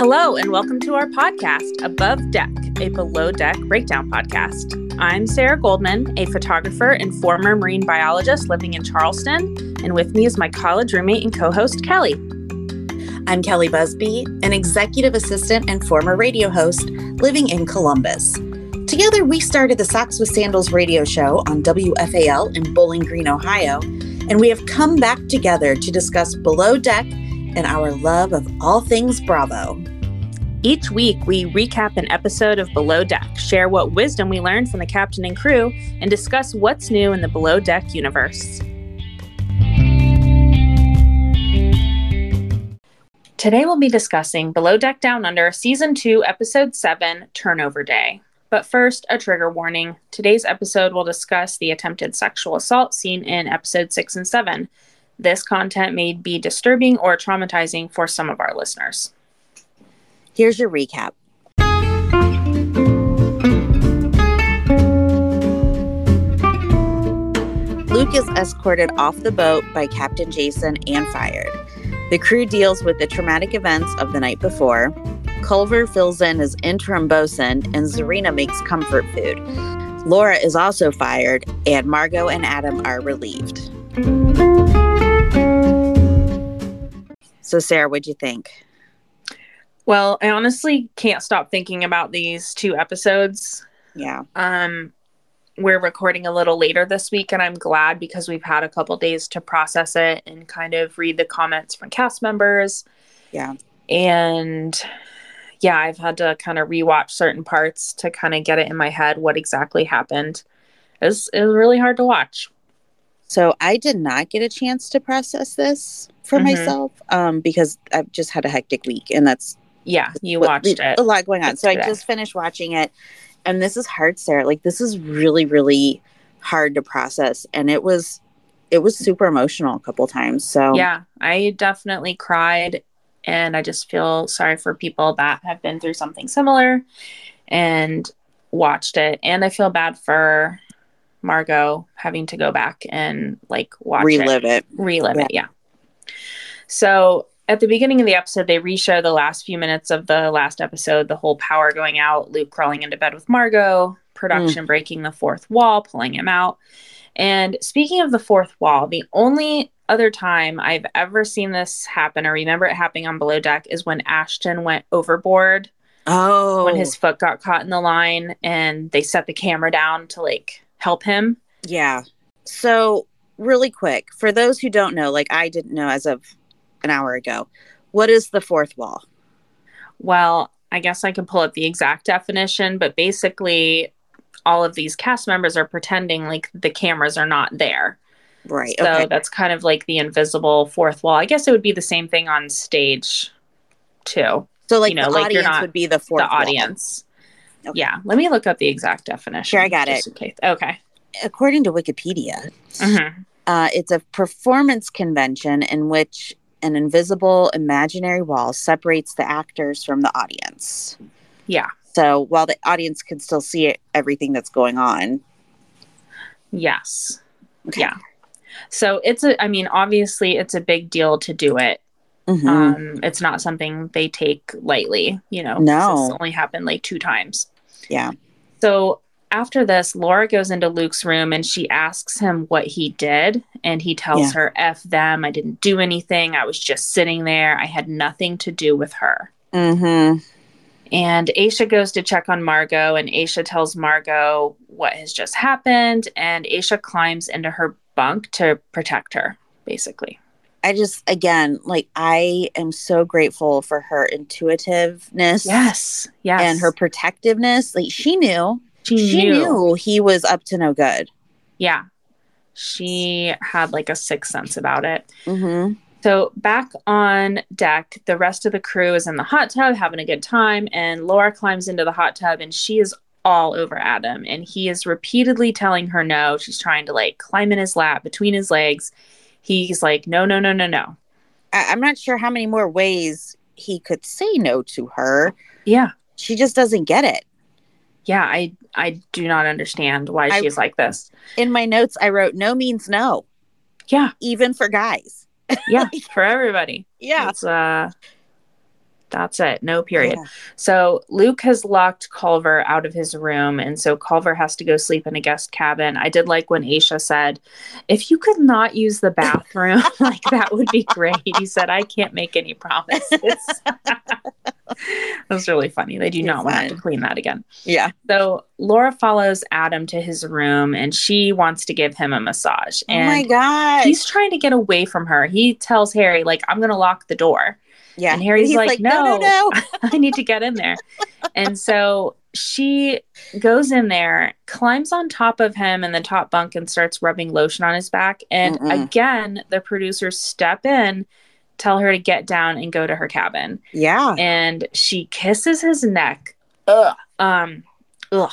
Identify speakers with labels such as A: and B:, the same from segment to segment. A: Hello, and welcome to our podcast, Above Deck, a below deck breakdown podcast. I'm Sarah Goldman, a photographer and former marine biologist living in Charleston, and with me is my college roommate and co host, Kelly.
B: I'm Kelly Busby, an executive assistant and former radio host living in Columbus. Together, we started the Socks with Sandals radio show on WFAL in Bowling Green, Ohio, and we have come back together to discuss Below Deck and our love of all things Bravo.
A: Each week, we recap an episode of Below Deck, share what wisdom we learned from the captain and crew, and discuss what's new in the Below Deck universe. Today, we'll be discussing Below Deck Down Under Season 2, Episode 7 Turnover Day. But first, a trigger warning. Today's episode will discuss the attempted sexual assault seen in Episode 6 and 7. This content may be disturbing or traumatizing for some of our listeners.
B: Here's your recap. Luke is escorted off the boat by Captain Jason and fired. The crew deals with the traumatic events of the night before. Culver fills in as interim bosun, and Zarina makes comfort food. Laura is also fired, and Margot and Adam are relieved. So, Sarah, what'd you think?
A: Well, I honestly can't stop thinking about these two episodes.
B: Yeah.
A: Um, we're recording a little later this week, and I'm glad because we've had a couple days to process it and kind of read the comments from cast members.
B: Yeah.
A: And yeah, I've had to kind of rewatch certain parts to kind of get it in my head what exactly happened. It was, it was really hard to watch.
B: So I did not get a chance to process this for
A: Mhm.
B: myself um, because I've just had a hectic week, and that's
A: Yeah, you
B: what-
A: watched it.
B: a lot going on. So I
A: Yesterday.
B: just finished watching it, and this is hard, Sarah. Like this is really, really hard to process, and it was it was super emotional a couple times. So
A: Yeah, I definitely cried. And I just feel sorry for people that have been through something similar and watched it. And I feel bad for Margot having to go back and like watch
B: relive
A: it.
B: it.
A: Relive it. Yeah. So at the beginning of the episode, they reshow the last few minutes of the last episode the whole power going out, Luke crawling into bed with Margot,
B: Mm.
A: production breaking the fourth wall, pulling him out. And speaking of the fourth wall, the only other time I've ever seen this happen or remember it happening on Below Deck is when Ashton went overboard
B: Oh,
A: when his foot got caught in the line and they set the camera down to like help him.
B: Yeah. So, really quick, for those who don't know, like I didn't know as of an hour ago, what is the fourth wall?
A: Well, I guess I can pull up the exact definition, but basically, all of these cast members are pretending like the cameras are not there.
B: Right.
A: So
B: okay.
A: that's kind of like the invisible fourth wall. I guess it would be the same thing on stage, too.
B: So, like
A: you know,
B: the
A: like, you're
B: audience
A: not
B: would be the fourth
A: the
B: wall.
A: audience.
B: Okay.
A: Yeah, let me look up the exact definition.
B: Sure, I got
A: just in case. Okay.
B: According to Wikipedia,
A: Mhm.
B: uh, it's a performance convention in which an invisible imaginary wall separates the actors from the audience.
A: Yeah.
B: So while the audience can still see it, everything that's going on.
A: Yes.
B: Okay.
A: Yeah. So it's a, I mean, obviously, it's a big deal to do it.
B: Mhm.
A: Um, it's not something they take lightly, you know.
B: No.
A: It's only happened like two times.
B: Yeah.
A: So after this, Laura goes into Luke's room and she asks him what he did. And he tells her, F them. I didn't do anything. I was just sitting there. I had nothing to do with her.
B: Mm-hmm.
A: And Aisha goes to check on Margot, and Aisha tells Margot what has just happened. And Aisha climbs into her bunk to protect her, basically.
B: I just again, like I am so grateful for her intuitiveness
A: Yes. Yes.
B: and her protectiveness. Like she knew.
A: she,
B: She
A: knew.
B: knew he was up to no good.
A: Yeah. She had like a sixth sense about it.
B: Mm-hmm.
A: So back on deck, the rest of the crew is in the hot tub having a good time, and Laura climbs into the hot tub and she is all over Adam, and he is repeatedly telling her no. She's trying to like climb in his lap between his legs. He's like, no, no, no, no, no.
B: I- I'm not sure how many more ways he could say no to her.
A: Yeah,
B: She just doesn't get it.
A: yeah. I I do not understand why
B: I-
A: she's like this.
B: In my notes, I wrote no means no,
A: Yeah,
B: even for guys.
A: yeah. for everybody,
B: Yeah.
A: It's, uh, that's it. No period.
B: Yeah.
A: So Luke has locked Culver out of his room, and so Culver has to go sleep in a guest cabin. I did like when Aisha said, "If you could not use the bathroom, like that would be great." He said, "I can't make any promises." that was really funny. They do
B: You're
A: not want to have to
B: fine.
A: clean that again.
B: Yeah.
A: So Laura follows Adam to his room, and she wants to give him a massage.
B: Oh my
A: And
B: god.
A: he's trying to get away from her. He tells Harry, "Like I'm going to lock the door."
B: yeah.
A: and Harry's like,
B: no, no,
A: "No."
B: no.
A: I need to get in there. And so she goes in there, climbs on top of him in the top bunk and starts rubbing lotion on his back. And
B: Mm-mm.
A: again, the producers step in, tell her to get down and go to her cabin.
B: yeah.
A: And she kisses his neck. Ugh. Um, ugh.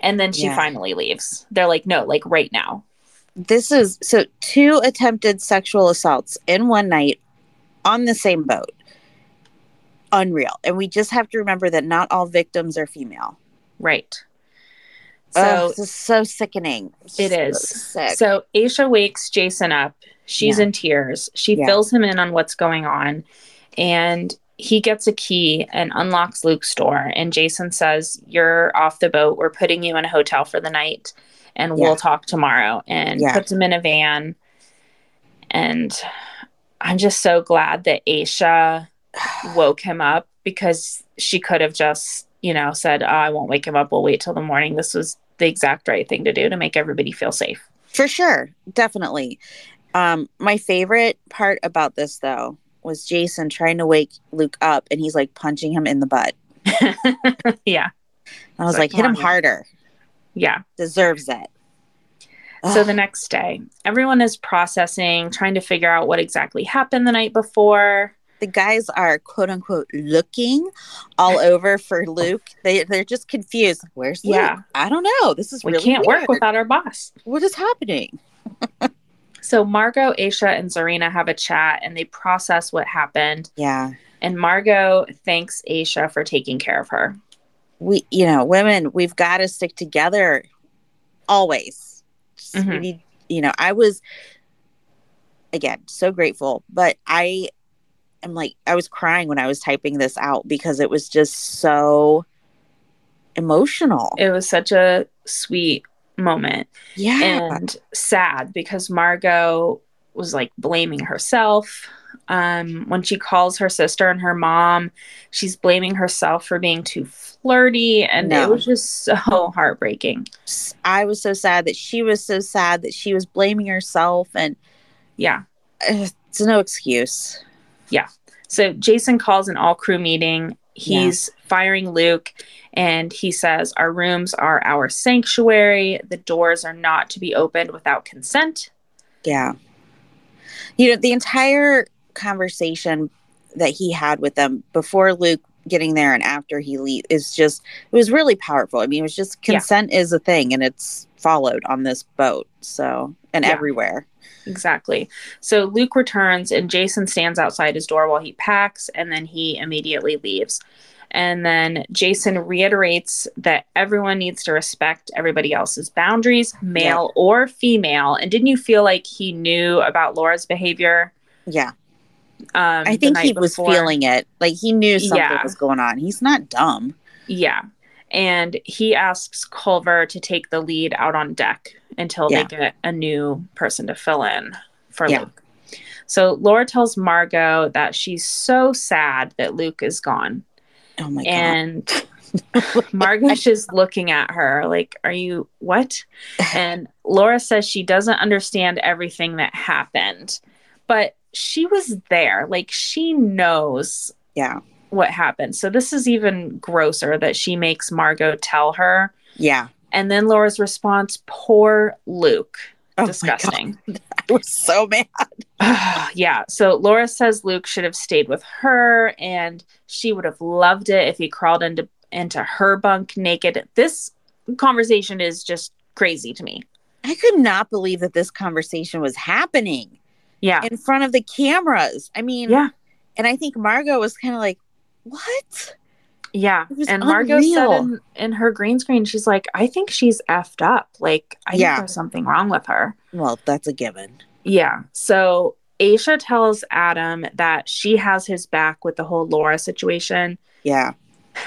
A: And then she
B: Yeah.
A: finally leaves. They're like, no, like right now.
B: This is so two attempted sexual assaults in one night on the same boat. Unreal. And we just have to remember that not all victims are female.
A: Right. So
B: So this is so sickening.
A: Oh. It
B: So
A: is.
B: sick.
A: So Aisha wakes Jason up. She's
B: Yeah.
A: in tears. She
B: Yeah.
A: fills him in on what's going on. And he gets a key and unlocks Luke's door. And Jason says, You're off the boat. We're putting you in a hotel for the night and
B: Yeah.
A: we'll talk tomorrow. And
B: Yeah.
A: puts him in a van. And I'm just so glad that Aisha woke him up because she could have just, you know, said, oh, I won't wake him up. We'll wait till the morning. This was the exact right thing to do to make everybody feel safe.
B: For sure. Definitely. Um, my favorite part about this though was Jason trying to wake Luke up and he's like punching him in the butt.
A: yeah.
B: I was
A: It's like,
B: like, hit
A: come
B: him
A: on, man.
B: harder.
A: Yeah.
B: Deserves it.
A: So
B: Ugh.
A: the next day, everyone is processing, trying to figure out what exactly happened the night before.
B: the guys are quote unquote looking all over for Luke. They they're just confused. Where's Luke?
A: Yeah.
B: I don't know. This is
A: We
B: really
A: can't
B: weird.
A: work without our boss.
B: what is happening?
A: So Margot, Aisha, and Zarina have a chat and they process what happened.
B: Yeah.
A: And Margot thanks Aisha for taking care of her.
B: We you know, women, we've gotta stick together always. Just- We
A: Mhm.
B: need you know, I was again so grateful, but I am like I was crying when I was typing this out because it was just so emotional.
A: It was such a sweet moment.
B: yeah.
A: and sad because Margot was like blaming herself. Um, when she calls her sister and her mom, she's blaming herself for being too flirty, and
B: No.
A: it was just so heartbreaking.
B: I was so sad that she was so sad that she was blaming herself, and
A: Yeah.
B: uh, it's no excuse.
A: So Jason calls an all crew meeting. He's firing Luke, and he says, Our rooms are our sanctuary. The doors are not to be opened without consent.
B: Yeah. You know, the entire conversation that he had with them before Luke getting there and after he leaves is just, it was really powerful. I mean, it was just
A: Yeah.
B: consent is a thing and it's followed on this boat. So, and
A: Yeah.
B: everywhere.
A: Exactly. So Luke returns and Jason stands outside his door while he packs and then he immediately leaves. And then Jason reiterates that everyone needs to respect everybody else's boundaries, male or female. And didn't you feel like he knew about Laura's behavior?
B: Yeah.
A: Um,
B: I
A: the
B: think
A: night
B: he was
A: before?
B: feeling it. Like he knew something
A: Yeah.
B: was going on. He's not dumb.
A: Yeah. and he asks Culver to take the lead out on deck until
B: Yeah.
A: they get a new person to fill in for
B: Yeah.
A: Luke. So Laura tells Margot that she's so sad that Luke is gone.
B: Oh my
A: and Margot's just looking at her like, Are you what? And Laura says she doesn't understand everything that happened, but she was there. Like, she knows
B: god. Yeah.
A: what happened. So, this is even grosser that she makes Margot tell her.
B: Yeah.
A: And then Laura's response, Poor Luke.
B: Oh my
A: Disgusting.
B: God. I was so mad.
A: yeah. So Laura says Luke should have stayed with her and she would have loved it if he crawled into into her bunk naked. This conversation is just crazy to me.
B: I could not believe that this conversation was happening
A: Yeah.
B: in front of the cameras. I mean,
A: Yeah.
B: And I think Margot was kind of like, what?
A: Yeah.
B: It was
A: And Margot said
B: unreal.
A: in, in her green screen, she's like, I think she's effed up. Like, I
B: Yeah.
A: think there's something wrong with her.
B: Well, that's a given.
A: Yeah. So Aisha tells Adam that she has his back with the whole Laura situation.
B: Yeah.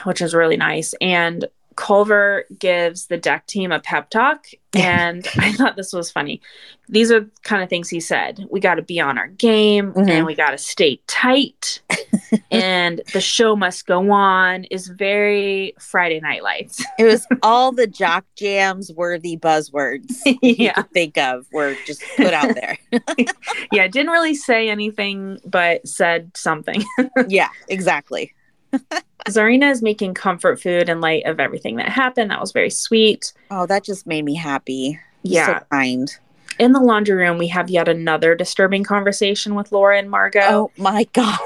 A: which is really nice. And Culver gives the deck team a pep talk. And I thought this was funny. These are the kind of things he said. We got to be on our game
B: Mhm.
A: and we got to stay tight. and the show must go on is very Friday Night Lights.
B: It was all the jock jams worthy buzzwords you could think of were just put out there.
A: Yeah. Didn't really say anything, but said something.
B: yeah, exactly.
A: Zarina is making comfort food in light of everything that happened. That was very sweet.
B: Oh, that just made me happy. You're
A: Yeah.
B: So kind.
A: In the laundry room, we have yet another disturbing conversation with Laura and Margot.
B: Oh my God.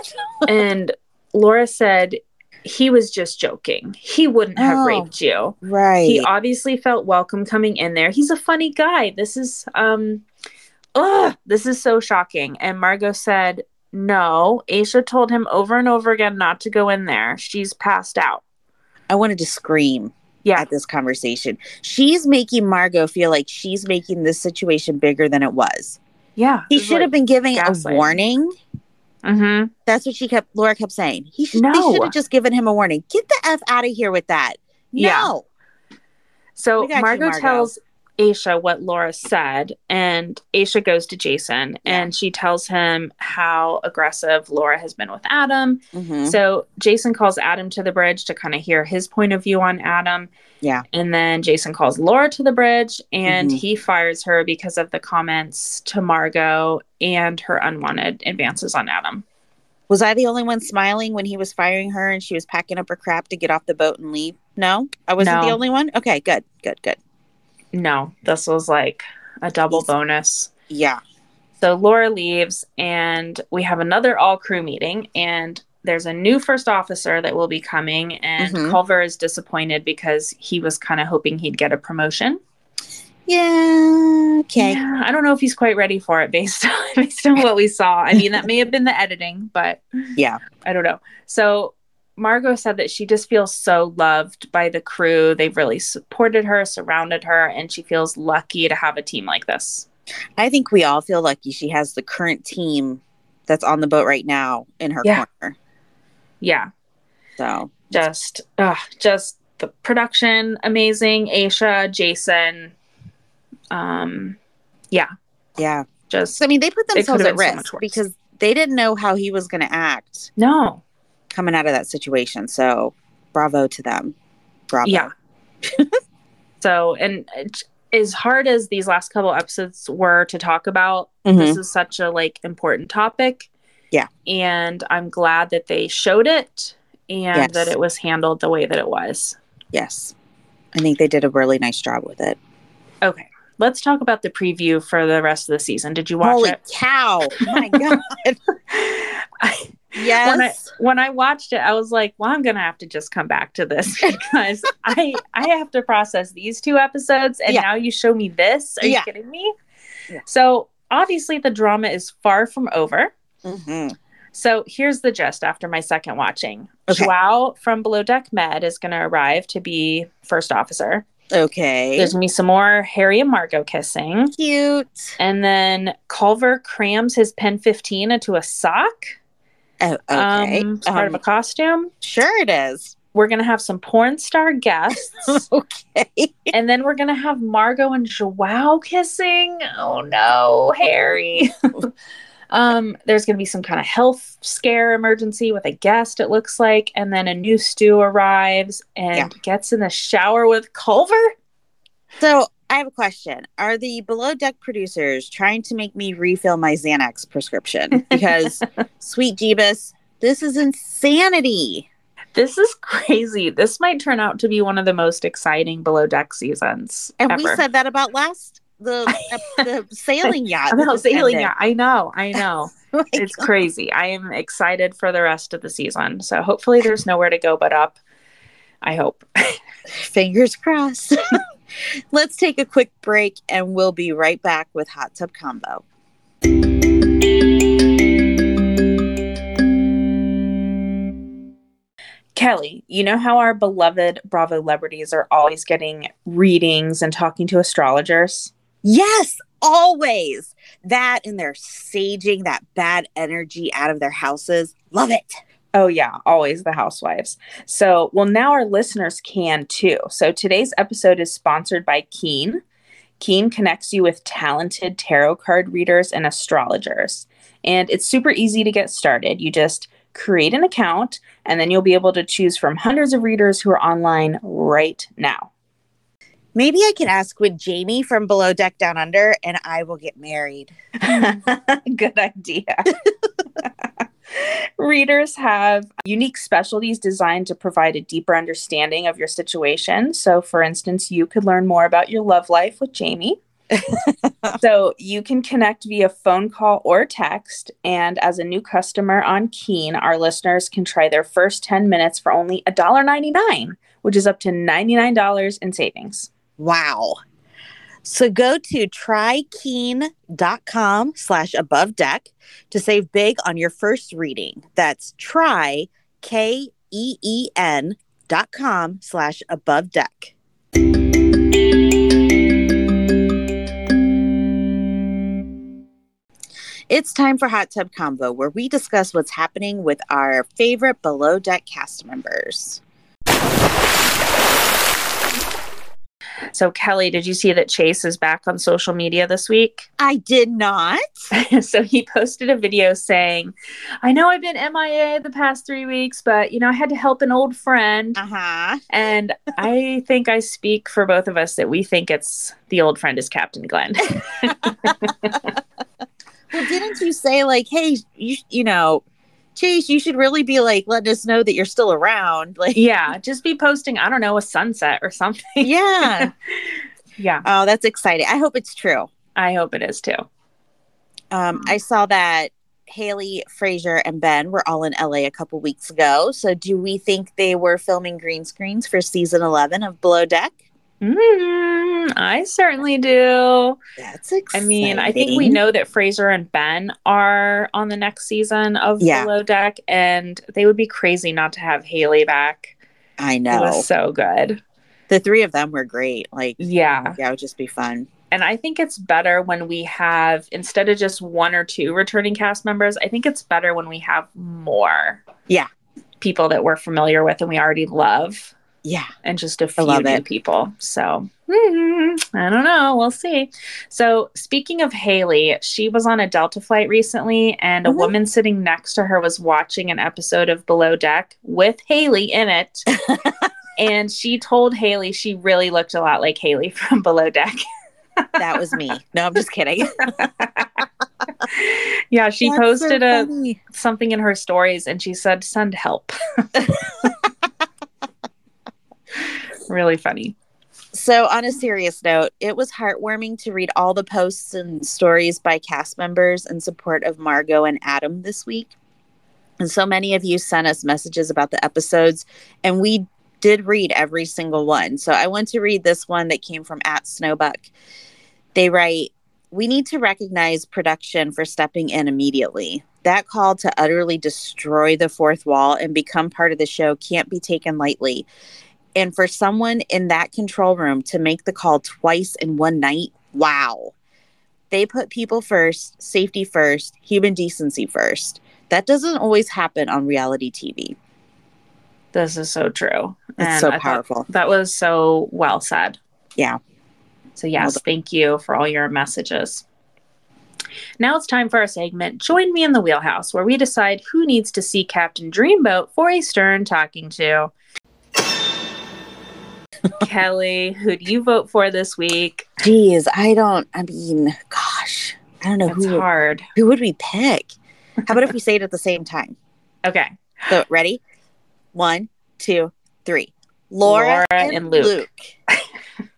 A: and Laura said he was just joking. He wouldn't have
B: Oh.
A: raped you.
B: Right.
A: He obviously felt welcome coming in there. He's a funny guy. This is um ugh, this is so shocking. And Margot said, No, Aisha told him over and over again not to go in there. She's passed out.
B: I wanted to scream
A: Yeah.
B: at this conversation. She's making Margot feel like she's making this situation bigger than it was.
A: Yeah.
B: He should have been giving a
A: gaslighting.
B: warning.
A: Mm-hmm.
B: That's what she kept. Laura kept saying he should.
A: No.
B: They should have just given him a warning. Get the f out of here with that.
A: Yeah.
B: No.
A: So
B: We got you,
A: Margot,
B: Margot.
A: tells Aisha what Laura said, and Aisha goes to Jason and she tells him how aggressive Laura has been with Adam
B: Mhm.
A: So Jason calls Adam to the bridge to kind of hear his point of view on Adam.
B: Yeah.
A: And then Jason calls Laura to the bridge and
B: Mhm.
A: he fires her because of the comments to Margot and her unwanted advances on Adam.
B: Was I the only one smiling when he was firing her and she was packing up her crap to get off the boat and leave? No, I wasn't the
A: No.
B: only one. Okay, good, good, good.
A: No, this was like a double
B: Yes.
A: bonus.
B: Yeah.
A: So Laura leaves and we have another all crew meeting and there's a new first officer that will be coming and
B: Mhm.
A: Culver is disappointed because he was kind of hoping he'd get a promotion.
B: Yeah. Okay.
A: Yeah, I don't know if he's quite ready for it based on based on what we saw. I mean, that may have been the editing, but
B: Yeah.
A: I don't know. So Margot said that she just feels so loved by the crew. They've really supported her, surrounded her, and she feels lucky to have a team like this.
B: I think we all feel lucky she has the current team that's on the boat right now in her
A: Yeah.
B: corner.
A: Yeah,
B: So
A: just ugh, just the production amazing. Aisha, Jason, um,
B: yeah.
A: just
B: So I mean they put
A: It could've
B: themselves at
A: been so
B: risk
A: much worse.
B: because they didn't know how he was gonna act
A: no,
B: coming out of that situation. So bravo to them. Bravo.
A: Yeah. so and it- as hard as these last couple episodes were to talk about,
B: Mhm.
A: this is such a like important topic.
B: Yeah.
A: And I'm glad that they showed it and
B: Yes.
A: that it was handled the way that it was.
B: Yes. I think they did a really nice job with it.
A: Okay. Let's talk about the preview for the rest of the season. Did you watch
B: Holy
A: it?
B: cow. Oh My God.
A: I- when I
B: Yes.
A: when I watched it, I was like, "Well, I'm gonna have to just come back to this because I I have to process these two episodes, and
B: Yeah.
A: now you show me this. Are
B: Yeah.
A: you kidding me?"
B: Yeah.
A: So obviously, the drama is far from over.
B: Mhm.
A: So here's the gist after my second watching.
B: Okay.
A: Joao from Below Deck Med is going to arrive to be first officer.
B: Okay.
A: There's going to be some more Harry and Margot kissing.
B: cute.
A: And then Culver crams his pen 15 into a sock
B: Oh, okay.
A: um, as part of
B: Um,
A: a costume.
B: sure it is.
A: We're gonna have some porn star guests,
B: Okay.
A: and then we're gonna have Margot and Joao kissing. Oh no, Harry. um, there's gonna be some kind of health scare emergency with a guest. It looks like, and then a new stew arrives and
B: Yeah.
A: gets in the shower with Culver.
B: So I have a question. Are the below deck producers trying to make me refill my Xanax prescription? Because sweet Jeebus, this is insanity.
A: This is crazy. This might turn out to be one of the most exciting below deck seasons
B: And
A: ever.
B: we said that about last the the sailing yacht.
A: I'm
B: that
A: out
B: just
A: sailing.
B: ended.
A: Yeah, I know. I know.
B: Like,
A: it's crazy. I am excited for the rest of the season. So hopefully there's nowhere to go but up. I hope.
B: fingers crossed. Let's take a quick break and we'll be right back with Hot Tub Combo.
A: Kelly, you know how our beloved Bravo celebrities are always getting readings and talking to astrologers?
B: Yes, always. That and they're saging that bad energy out of their houses. Love it.
A: Oh, yeah, always the housewives. So, well, now our listeners can too. So, today's episode is sponsored by Keen. Keen connects you with talented tarot card readers and astrologers. And it's super easy to get started. You just create an account, and then you'll be able to choose from hundreds of readers who are online right now.
B: Maybe I can ask with Jamie from Below Deck Down Under and I will get married.
A: Good idea. Readers have unique specialties designed to provide a deeper understanding of your situation. So, for instance, you could learn more about your love life with Jamie. so, you can connect via phone call or text. And as a new customer on Keen, our listeners can try their first 10 minutes for only $1.99, which is up to $99 in savings.
B: Wow. So go to trykeen.com slash above deck to save big on your first reading. That's try K E E N dot com slash above deck. It's time for Hot Tub Combo, where we discuss what's happening with our favorite below deck cast members.
A: So, Kelly, did you see that Chase is back on social media this week?
B: I did not.
A: so he posted a video saying, I know I've been MIA the past three weeks, but you know, I had to help an old friend.
B: Uh huh.
A: And I think I speak for both of us that we think it's the old friend is Captain Glenn.
B: Well, didn't you say like, hey, you you know, Chase, you should really be like letting us know that you're still around, like,
A: yeah, just be posting, I don't know, a sunset or something.
B: yeah.
A: Yeah,
B: oh, that's exciting. I hope it's true.
A: I hope it is too.
B: Um, I saw that Haley, Fraser, and Ben were all in LA a couple weeks ago. So, do we think they were filming green screens for season eleven of Below Deck?
A: Mm, I certainly do.
B: That's
A: I
B: exciting.
A: mean, I think we know that Fraser and Ben are on the next season of
B: Yeah.
A: Below Deck, and they would be crazy not to have Haley back.
B: I
A: It
B: know
A: was so good.
B: the three of them were great. Like,
A: Yeah.
B: yeah, it would just be fun.
A: And I think it's better when we have, instead of just one or two returning cast members, I think it's better when we have more.
B: Yeah.
A: People that we're familiar with and we already love,
B: Yeah.
A: and just a few
B: love
A: new
B: it.
A: people. So mm, I don't know. We'll see. So speaking of Haley, she was on a Delta flight recently, and a
B: Mhm.
A: woman sitting next to her was watching an episode of Below Deck with Haley in it. And she told Haley she really looked a lot like Haley from Below Deck.
B: That was me. No, I'm just kidding.
A: yeah, she
B: That's so
A: posted a
B: funny.
A: something in her stories and she said send help. really funny.
B: So, on a serious note, it was heartwarming to read all the posts and stories by cast members in support of Margot and Adam this week. And so many of you sent us messages about the episodes, and we did read every single one. So, I want to read this one that came from at Snowbuck. They write, We need to recognize production for stepping in immediately. That call to utterly destroy the fourth wall and become part of the show can't be taken lightly and for someone in that control room to make the call twice in one night wow they put people first safety first human decency first that doesn't always happen on reality tv
A: This is so true.
B: It's
A: And
B: so
A: I thought
B: powerful.
A: That was so well said.
B: Yeah.
A: So, yes, thank you for all your messages. Now it's time for our segment, Join Me in the Wheelhouse, where we decide who needs to see Captain Dreamboat for a stern talking to. Kelly, who do you vote for this week?
B: Geez, I don't. I mean, gosh, I don't know
A: It's
B: who
A: hard.
B: who would we pick. How about if we say it at the same time?
A: Okay.
B: So ready? One, two, three. Laura,
A: Laura
B: and,
A: and Luke.
B: Luke.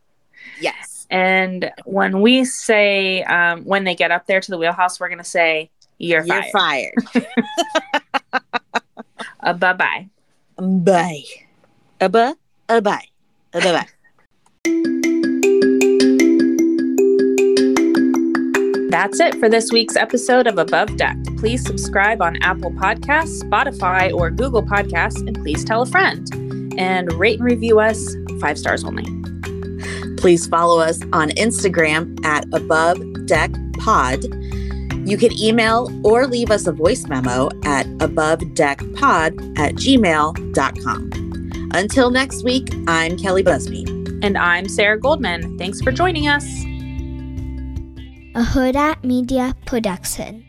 B: yes.
A: And when we say, um, when they get up there to the wheelhouse, we're going to say, You're,
B: You're
A: fired.
B: fired.
A: Uh, bye bye.
B: Bye. A bye. A bye. A bye.
A: That's it for this week's episode of Above Deck. Please subscribe on Apple Podcasts, Spotify, or Google Podcasts, and please tell a friend. And rate and review us five stars only.
B: Please follow us on Instagram at Above Deck Pod. You can email or leave us a voice memo at abovedeckpod at gmail.com. Until next week, I'm Kelly Busby.
A: And I'm Sarah Goldman. Thanks for joining us.
C: a Huda Media production.